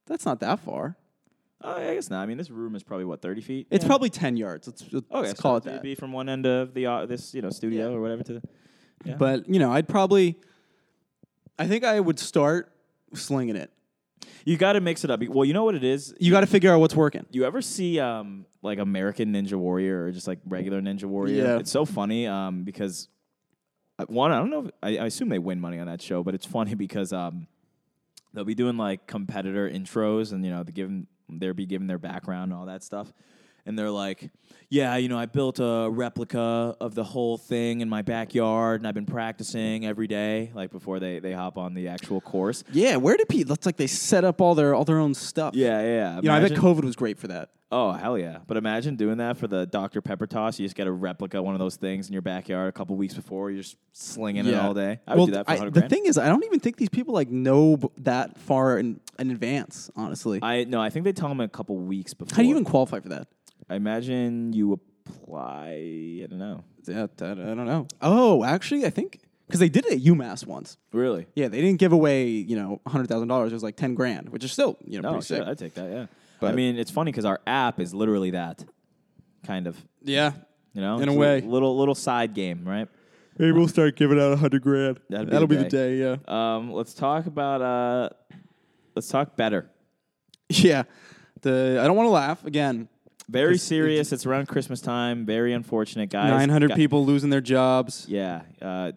that's not that far. Oh, I guess not. I mean, this room is probably what 30 feet. It's Yeah. probably 10 yards. Let's, let's Okay, so call it it'd that. Be from one end of the uh, this you know studio or whatever to. The, yeah. But you know, I'd probably. I think I would start slinging it. you got to mix it up. Well, you know what it is. You got to figure out what's working. You ever see um, like American Ninja Warrior or just like regular Ninja Warrior? Yeah. It's so funny um, because uh, one, I don't know. If, I, I assume they win money on that show, but it's funny because um, they'll be doing like competitor intros, and you know, they give 'em- they'll be giving their background and all that stuff. And they're like, yeah, you know, I built a replica of the whole thing in my backyard, and I've been practicing every day, like before they, they hop on the actual course. Yeah, where did people? That's like they set up all their all their own stuff. Yeah, yeah. you know, I bet Imagine- COVID was great for that. Oh hell yeah! But imagine doing that for the Dr Pepper toss. You just get a replica of one of those things in your backyard a couple weeks before. You're just slinging it all day. I well, would do that for I- 100 the grand. thing is, I don't even think these people like know b- that far in, in advance. Honestly, I no, I think they tell them a couple weeks before. how do you even qualify for that? I imagine you apply. I don't know. Yeah, I I don't know. Oh, actually, I think because they did it at UMass once. Really? Yeah, they didn't give away you know hundred thousand dollars. It was like ten grand, which is still you know No, pretty shit, sick. I take that. Yeah. But- I mean, it's funny because our app is literally that, kind of. yeah, You know, In a It's way. little little side game, right? maybe we'll start giving out a hundred grand. That'd be That'll the be the day. Yeah, Um, let's talk about uh, let's talk better. yeah. The I don't want to laugh again. Very Just- serious. It's around Christmas time. Very unfortunate, guys. Nine hundred Gu- people losing their jobs, Yeah, uh,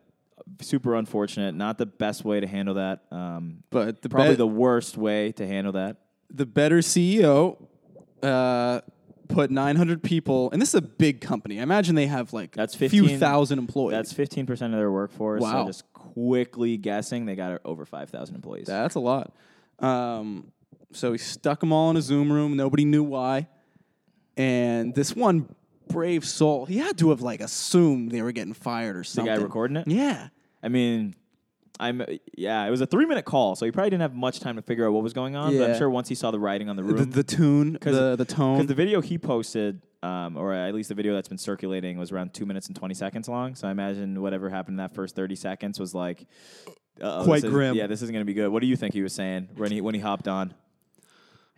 super unfortunate. Not the best way to handle that. Um, but the probably bet- the worst way to handle that. the better CEO E uh, put 900 people, and this is a big company. I imagine they have like That's a 15 few thousand employees. That's fifteen percent of their workforce. So Wow. just quickly guessing, they got over five thousand employees. That's a lot. Um, so we stuck them all in a Zoom room. Nobody knew why. And this one brave soul, he had to have like assumed they were getting fired or the something. guy recording it. Yeah. I mean, I'm yeah. It was a three minute call, so he probably didn't have much time to figure out what was going on. But I'm Yeah. sure once he saw the writing on the room, The, the tune, the, the tone. Because the video he posted, um, or at least the video that's been circulating, was around two minutes and twenty seconds long. So I imagine whatever happened in that first thirty seconds was like uh-oh, Quite this is- grim. yeah, this isn't gonna be good. What do you think he was saying when he when he hopped on?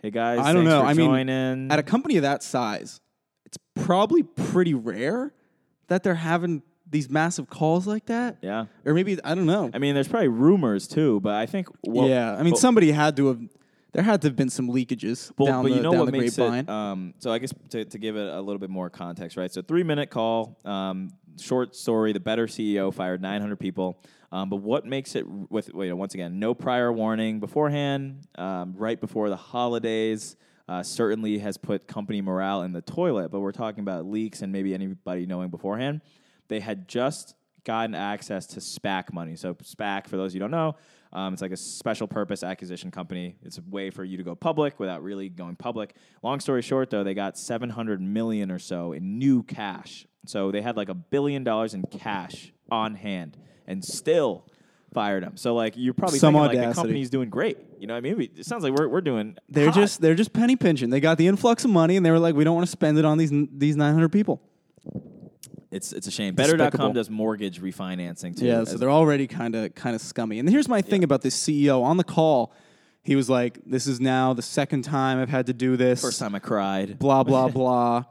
Hey guys, I don't thanks know. For I mean, joining. At a company of that size, it's probably pretty rare that they're having these massive calls like that. yeah. Or maybe, I don't know. I mean, there's probably rumors too, but I think what- yeah. I mean, but- somebody had to have, there had to have been some leakages Well, down but the, you know down what the makes grapevine. it. Um, so I guess to, to give it a little bit more context, right? So three minute call, um, short story. The better CEO fired 900 people. Um, but what makes it with wait, once again no prior warning beforehand, um, right before the holidays. Uh, certainly has put company morale in the toilet, but we're talking about leaks and maybe anybody knowing beforehand. They had just gotten access to SPAC money. So SPAC, for those you don't know, um, it's like a special purpose acquisition company. It's a way for you to go public without really going public. Long story short, though, they got 700 million or so in new cash. So they had like a billion dollars in cash on hand, and still fired them. So like you're probably Some thinking like the audacity. company's doing great. You know what I mean? We- It sounds like we're we're doing. They're hot. just they're just penny pinching. They got the influx of money, and they were like, we don't want to spend it on these these nine hundred people. it's it's a shame. Better.com despicable. does mortgage refinancing too. Yeah, as so they're already kind of kind of scummy. And here's my thing about this CEO on the call. He was like, "This is now the second time I've had to do this." the first time I cried. Blah blah blah.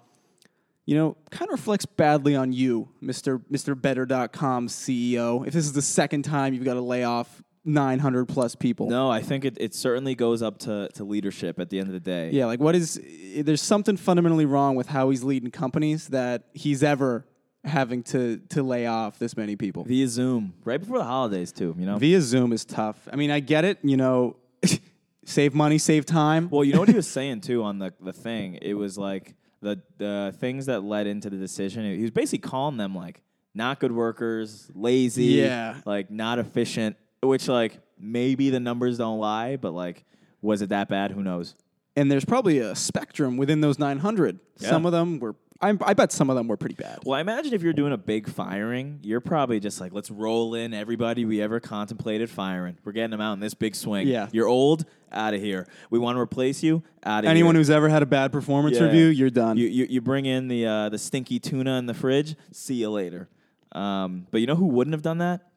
You know, kind of reflects badly on you, Mister Mister Better.com CEO. E If this is the second time you've got to lay off nine hundred plus people. No, I think it, it certainly goes up to, to leadership at the end of the day. Yeah, like what is i- there's something fundamentally wrong with how he's leading companies that he's ever having to to lay off this many people. Via Zoom, right before the holidays too, you know? Via Zoom is tough. I mean, I get it, you know, save money, save time. well, you know what he was saying too on the, the thing? It was like the, the things that led into the decision. He was basically calling them like not good workers, lazy, Yeah. like not efficient, which like maybe the numbers don't lie, but like was it that bad? Who knows? and there's probably a spectrum within those 900. Some of them were I, I bet some of them were pretty bad. Well, I imagine if you're doing a big firing, you're probably just like, let's roll in everybody we ever contemplated firing. We're getting them out in this big swing. Yeah. You're old, out of here. We want to replace you, out of here. Anyone who's ever had a bad performance Yeah. review, you're done. You, you, you bring in the, uh, the stinky tuna in the fridge, see you later. Um, but you know who wouldn't have done that?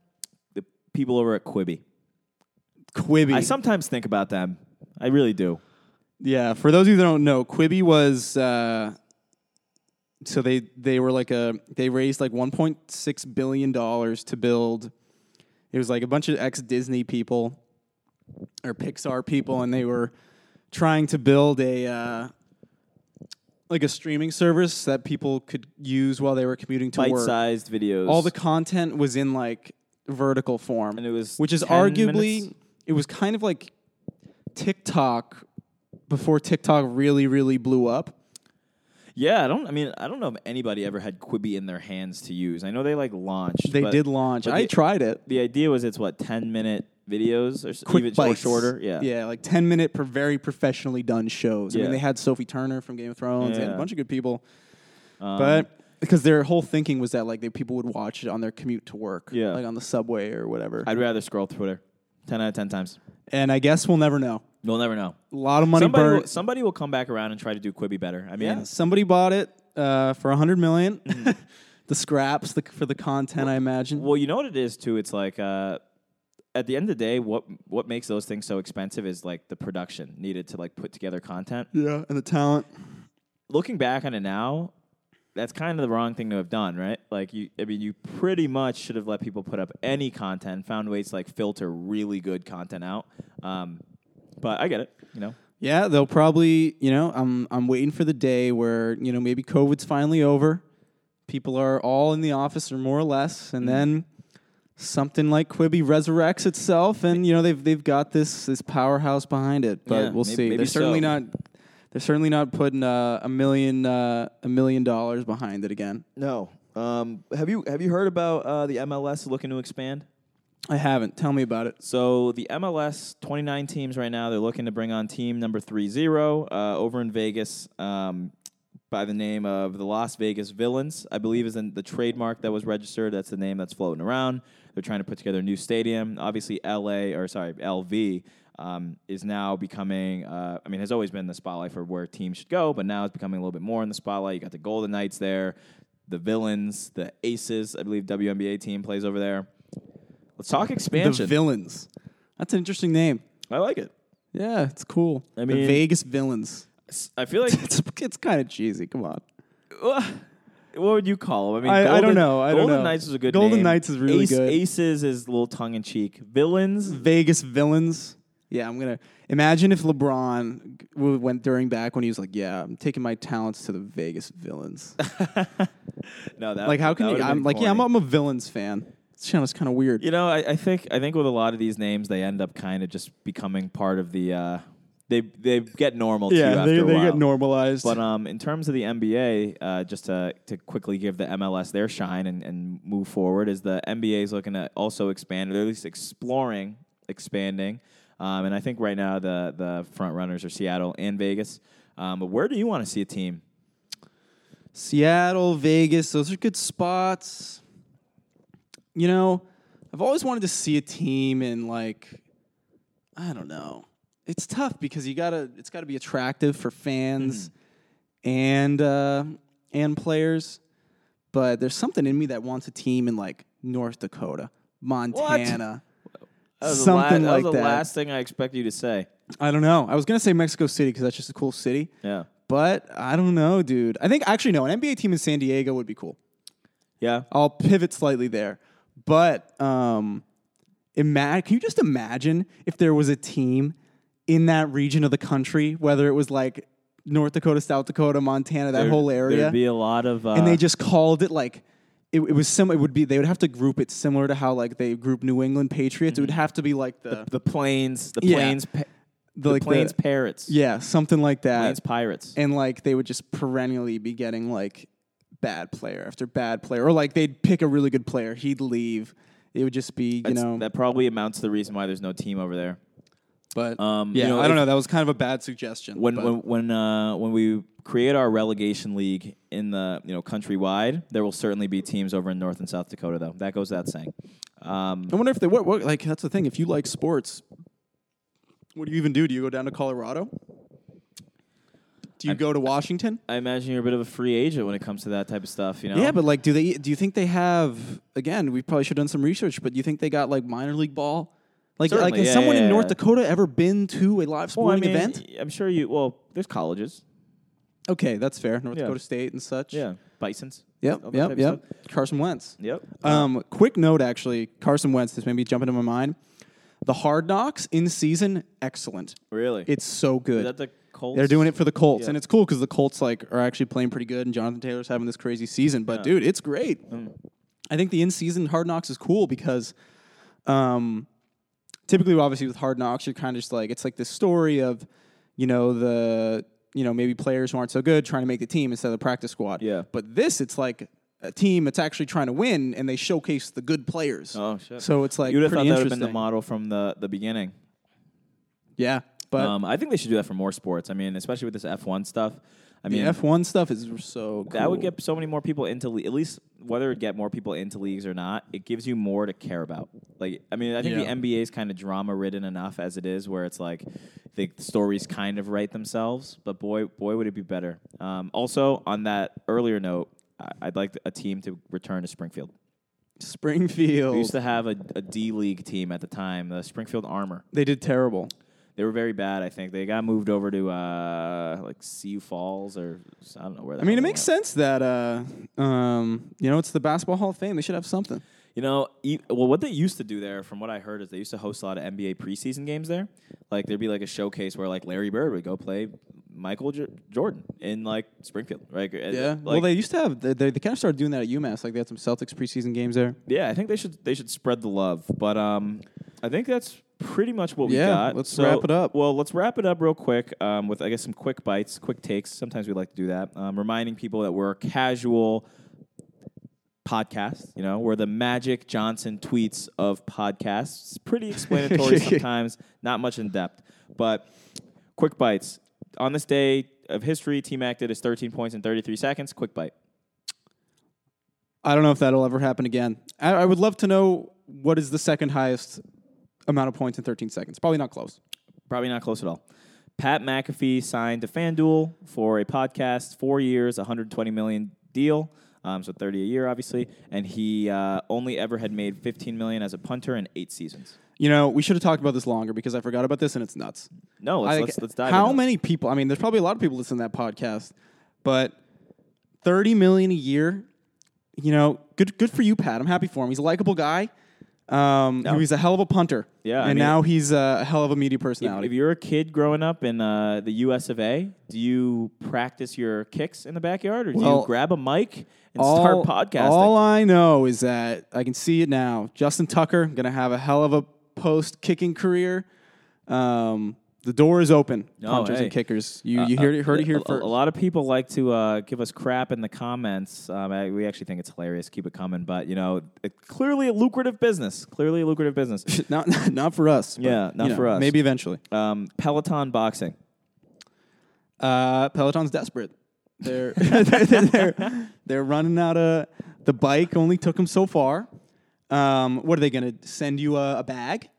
The people over at Quibi. Quibi. I sometimes think about them. I really do. Yeah, for those of you that don't know, Quibi was uh, so they they were like a they raised like 1.6 billion dollars to build. It was like a bunch of ex Disney people or Pixar people, and they were trying to build a uh, like a streaming service that people could use while they were commuting to Bite work. sized videos. All the content was in like vertical form, And it was which is 10 arguably minutes? it was kind of like TikTok before TikTok really really blew up. Yeah, I don't. I mean, I don't know if anybody ever had Quibi in their hands to use. I know they like launched. They but- did launch. but I the- tried it. The idea was it's what ten minute videos or s- Quick even or bites. shorter. Yeah. yeah, like ten minute, per very professionally done shows. I Yeah. mean, they had Sophie Turner from Game of Thrones and Yeah. Um, a bunch of good people, but. Because their whole thinking was that like they, people would watch it on their commute to work, Yeah. like on the subway or whatever. I'd rather scroll Twitter. Ten out of ten times. and I guess we'll never know. You'll never know. A lot of money somebody, burnt. will, somebody will come back around and try to do Quibi better. I mean, Yeah, Mm-hmm. somebody bought it uh, for a hundred million. the scraps the, for the content, I imagine. well, you know what it is too. It's like uh, at the end of the day, what what makes those things so expensive is like the production needed to like put together content. yeah, and the talent. looking back on it now, that's kind of the wrong thing to have done, right? Like you, I mean, you pretty much should have let people put up any content, found ways to like filter really good content out. Um, but I get it, you know. Yeah, they'll probably. You know, I'm I'm waiting for the day where you know maybe COVID's finally over. People are all in the office, or more or less, and then something like Quibi resurrects itself, and you know they've they've got this this powerhouse behind it. But Yeah, we'll may- see. maybe They're certainly so. not. They're certainly not putting uh, a million uh, a million dollars behind it again. No. Um, have you have you heard about uh, the MLS looking to expand? I haven't. Tell me about it. So the MLS, 29 teams right now. They're looking to bring on team number 3-0 uh, over in Vegas um, by the name of the Las Vegas Villains. I believe is in the trademark that was registered. That's the name that's floating around. They're trying to put together a new stadium. Obviously, LA or sorry, LV um, is now becoming. Uh, I mean, has always been the spotlight for where teams should go, but now it's becoming a little bit more in the spotlight. You got the Golden Knights there, the Villains, the Aces. I believe WNBA team plays over there. Let's talk expansion. The villains. That's an interesting name. I like it. Yeah, it's cool. I mean- the Vegas villains. S- I feel like It's, it's kind of cheesy. Come on. what would you call them? I mean, I- I Golden, don't know. I don't Golden know. Knights is a good. Golden name. Knights is really Ace- good. Mm. Aces is a little tongue in cheek. Villains. Vegas villains. Yeah, I'm gonna imagine if LeBron g- w- went during back when he was like, "Yeah, I'm taking my talents to the Vegas villains." No, that like, how can that you? would've I'm been like, yeah, I'm, I'm corny. a villains fan. It sounds kind of weird. You know, I, I think I think with a lot of these names, they end up kind of just becoming part of the. Uh, they they get normal. to you after a while. normalized. But um, in terms of the NBA, uh, just to, to quickly give the MLS their shine and, and move forward, is the NBA is looking to also expand, or at least exploring expanding. Um, and I think right now the the front runners are Seattle and Vegas. Um, but where do you want to see a team? Seattle, Vegas, those are good spots. You know, I've always wanted to see a team in like I don't know. It's tough because you gotta it's gotta be attractive for fans and uh and players. But there's something in me that wants a team in like North Dakota, Montana. That was Something the la- like that was that. the last thing I expect you to say. I don't know. I was gonna say Mexico City because that's just a cool city. Yeah, But I don't know, dude. I think actually no, an NBA team in San Diego would be cool. yeah. I'll pivot slightly there. But um, ima- can you just imagine if there was a team in that region of the country, whether it was like North Dakota, South Dakota, Montana, that There- whole area, There'd be a lot of. Uh, and they just called it like it, it was similar. It would be they would have to group it similar to how like they group New England Patriots. It would have to be like the, Mm-hmm. the planes, the Yeah. planes, pa- the, the like the- planes parrots, yeah, something like that. planes pirates. and like they would just perennially be getting like bad player after bad player, or like they'd pick a really good player, he'd leave. It would just be you That's- know, that probably amounts to the reason why there's no team over there. but um, yeah, you know, I don't if- know. That was kind of a bad suggestion. when but- when when, uh, when we create our relegation league in the you know countrywide, there will certainly be teams over in North and South Dakota though. That goes without saying. Um, I wonder if they what, what like that's the thing. If you like sports, what do you even do? Do you go down to Colorado? Do you go to Washington? I imagine you're a bit of a free agent when it comes to that type of stuff. You know. Yeah, but like, do they? Do you think they have? Again, we probably should have done some research, but do you think they got like minor league ball? Like, like Certainly, has yeah, someone yeah, in North yeah. Dakota ever been to a live well, I sporting mean, event? I'm sure you. Well, there's colleges. Okay, that's fair. North Yeah. Dakota State and such. Yeah, Bison's. Yep. all that Yep. type of Yep. stuff. Carson Wentz. Yep. Um, quick note, actually, Carson Wentz. This maybe jumping into my mind. The Hard Knocks in season, excellent. Really. It's so Is good. that the Colts? They're doing it for the Colts, Yeah. and it's cool because the Colts like are actually playing pretty good, and Jonathan Taylor's having this crazy season. But dude, it's great. I think the in-season Hard Knocks is cool because, um, typically, obviously with Hard Knocks, you're kind of just like it's like this story of, you know, the you know maybe players who aren't so good trying to make the team instead of the practice squad. Yeah. But this, it's like a team that's actually trying to win, and they showcase the good players. Oh shit. So it's like you would have thought pretty that would have interesting. been the model from the the beginning. yeah, but um, I think they should do that for more sports. I mean, especially with this F1 stuff. I mean, the F1 stuff is so cool. That would get so many more people into le- at least whether it get more people into leagues or not. It gives you more to care about. Like I mean, I think Yeah. the NBA is kind of drama ridden enough as it is, where it's like the stories kind of write themselves. But boy, boy, would it be better. Um, also, on that earlier note, I- I'd like a team to return to Springfield. Springfield. We used to have a, a D League team at the time, the Springfield Armor. They did terrible. They were very bad, I think. They got moved over to uh, like Sioux Falls or I don't know where. I mean, it makes sense that uh, um, you know it's the Basketball Hall of Fame. They should have something. You know, e- well, what they used to do there, from what I heard, is they used to host a lot of NBA preseason games there. Like there'd be like a showcase where like Larry Bird would go play Michael J- Jordan in like Springfield, right? Yeah. well, they used to have. They, they, they kind of started doing that at UMass. Like they had some Celtics preseason games there. yeah, I think they should they should spread the love. But um, I think that's pretty much what we Yeah, got. let's So- wrap it up. Well, let's wrap it up real quick um, with, I guess, some quick bites, quick takes. Sometimes we like to do that. Um, reminding people that we're a casual podcast. You know, we're the Magic Johnson tweets of podcasts. It's pretty explanatory sometimes, not much in depth. But quick bites. On this day of history, T Mac did his 13 points in 33 seconds. Quick bite. I don't know if that'll ever happen again. I, I would love to know what is the second highest amount of points in 13 seconds. Probably not close. Probably not close at all. Pat McAfee signed to FanDuel for a podcast, four years, 120 million deal, um, so 30 a year, obviously. And he uh, only ever had made 15 million as a punter in eight seasons. You know, we should have talked about this longer because I forgot about this and it's nuts. No, let's, I- let's, let's dive. how into it. many people? I mean, there's probably a lot of people listening to that podcast, but 30 million a year. You know, good good for you, Pat. I'm happy for him. He's a likable guy. Um, No. He's a hell of a punter. Yeah, and I mean- now he's a hell of a media personality. If you're a kid growing up in uh, the U.S. of A., do you practice your kicks in the backyard, or do Well, you grab a mic and all, start podcasting? all I know is that I can see it now. Justin Tucker gonna have a hell of a post kicking career. Um, the door is open. No, punters hey. and kickers. You you heard it heard it a, here a- first. A lot of people like to uh, give us crap in the comments. Um, I, we actually think it's hilarious. Keep it coming, but you know, it, clearly a lucrative business. Clearly a lucrative business. not not for us. but, Yeah, not you know, for us. Maybe eventually. um, Peloton boxing. Uh, Peloton's desperate. They're they're, they're they're running out of the bike. Only took them so far. Um, what are they gonna send you a, a bag?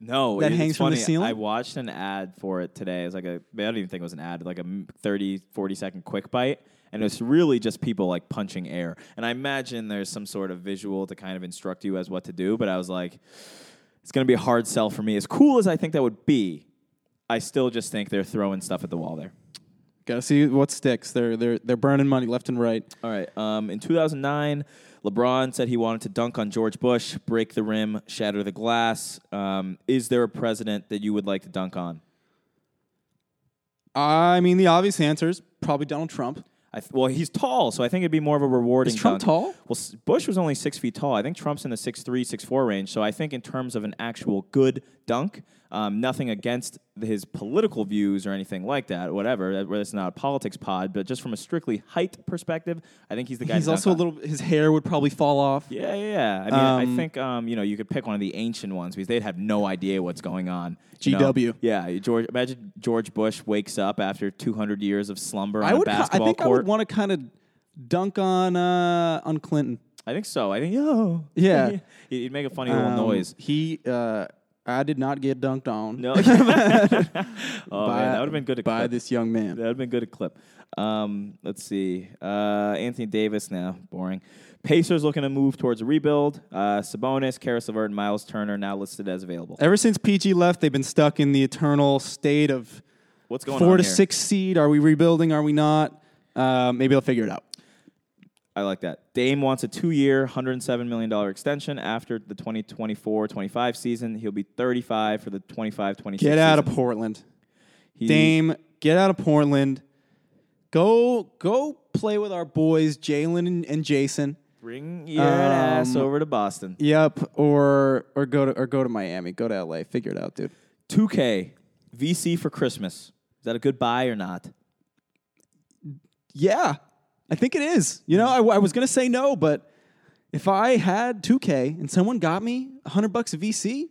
No, That it- it's hangs from the funny. ceiling? I watched an ad for it today. It was like a, I don't even think it was an ad, like a m- 30, 40 second quick bite. And it's really just people like punching air. And I imagine there's some sort of visual to kind of instruct you as what to do. But I was like, it's going to be a hard sell for me. As cool as I think that would be, I still just think they're throwing stuff at the wall there. Gotta see what sticks. They're they're they're burning money left and right. All right. Um, in 2009, LeBron said he wanted to dunk on George Bush, break the rim, shatter the glass. Um, is there a president that you would like to dunk on? I mean, the obvious answer is probably Donald Trump. I th- well, he's tall, so I think it'd be more of a rewarding. Is Trump dunk. tall? Well, S- Bush was only six feet tall. I think Trump's in the six three, six four range. So I think in terms of an actual good dunk, um, nothing against his political views or anything like that. Whatever, that, that's not a politics pod, but just from a strictly height perspective, I think he's the guy. He's to dunk also a on. little. His hair would probably fall off. Yeah, yeah, yeah. I mean, I Um, think um, you know you could pick one of the ancient ones because they'd have no idea what's going on. you know? GW. Yeah, George. Imagine George Bush wakes up after 200 years of slumber on I a would. ki- I basketball think I court. would want to kind of dunk on uh, on Clinton. I think so. I think yo. Yeah. He- He'd make a funny little Um, noise. He. Uh, I did not get dunked on No. oh man, by- that would have been good to by clip. this young man. That would have been good to clip. Um, let's see. Uh, Anthony Davis now boring. Pacers looking to move towards a rebuild. Uh, Sabonis, Karis LeVert, and Miles Turner now listed as available. Ever since PG left, they've been stuck in the eternal state of What's going on four to here? six seed. Are we rebuilding? Are we not? Uh, maybe they'll figure it out. I like that. Dame wants a two year, $107 million extension after the 2024 25 season. He'll be 35 for the 25 26 Get out of Portland, He- Dame. Get out of Portland. Go go play with our boys, Jalen and, and Jason. Bring your ass Um, over to Boston. Yep, or or go to or go to Miami. Go to LA. Figure it out, dude. 2K VC for Christmas. Is that a good buy or not? Yeah, I think it is. You know, I, I was gonna say no, but if I had 2K and someone got me 100 bucks of VC,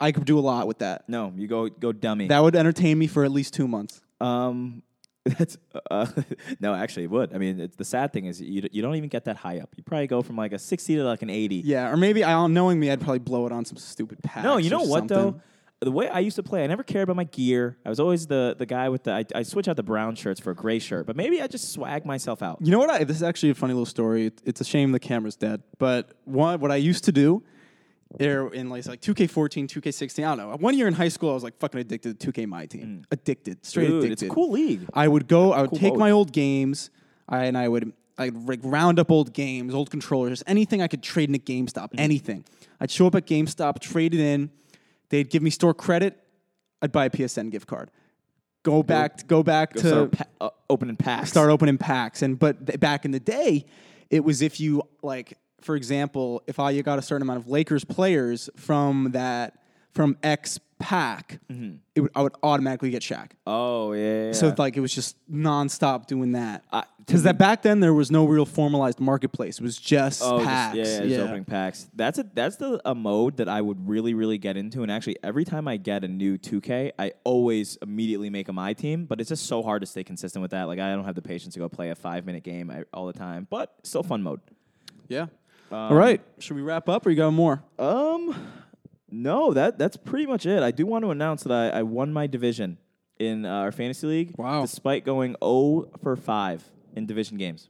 I could do a lot with that. No, you go go dummy. That would entertain me for at least two months. um, that's uh, no, actually it would. I mean, it's, the sad thing is you d- you don't even get that high up. You probably go from like a sixty to like an eighty. Yeah, or maybe I, knowing me, I'd probably blow it on some stupid patch. No, you know what though? The way I used to play, I never cared about my gear. I was always the the guy with the. I, I switch out the brown shirts for a gray shirt, but maybe I just swag myself out. You know what? I, this is actually a funny little story. It- It's a shame the camera's dead, but one, what I used to do. There in like, it's like 2K14, 2K16. I don't know. One year in high school, I was like fucking addicted to 2K my team. Addicted, straight Mm. Dude, it's addicted. a cool league. I would go. I would Cool take mode. my old games, I, and I would I'd like round up old games, old controllers, anything I could trade in at GameStop, Mm-hmm. anything. I'd show up at GameStop, trade it in. They'd give me store credit. I'd buy a PSN gift card. Go back. Go back to Start pa- uh, opening packs. start opening packs. And but th- back in the day, it was if you like, for example, if I you got a certain amount of Lakers players from that from X pack, Mm-hmm. it would, I would automatically get Shaq. Oh yeah. yeah, So yeah. like it was just nonstop doing that. I- Because that back then there was no real formalized marketplace. It was just Oh, just- packs. yeah, yeah, just opening packs. That's a that's the a mode that I would really really get into. And actually, every time I get a new 2K, I always immediately make a my team. But it's just so hard to stay consistent with that. Like I don't have the patience to go play a five minute game I- all the time. But still fun mode. Yeah. All right. Should we wrap up or you got more? Um, no, that that's pretty much it. I do want to announce that I, I won my division in uh, our fantasy league. Wow. Despite going 0 for five in division games.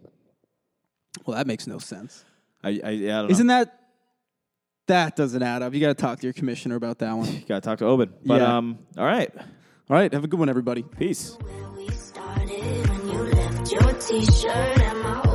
Well, that makes no sense. I I, yeah, I don't know. Isn't that that doesn't add up? You got to talk to your commissioner about that one. Gotta talk to Obed. But Yeah. um, all right. All right. Have a good one, everybody. Peace. Where we started when you left your t-shirt at my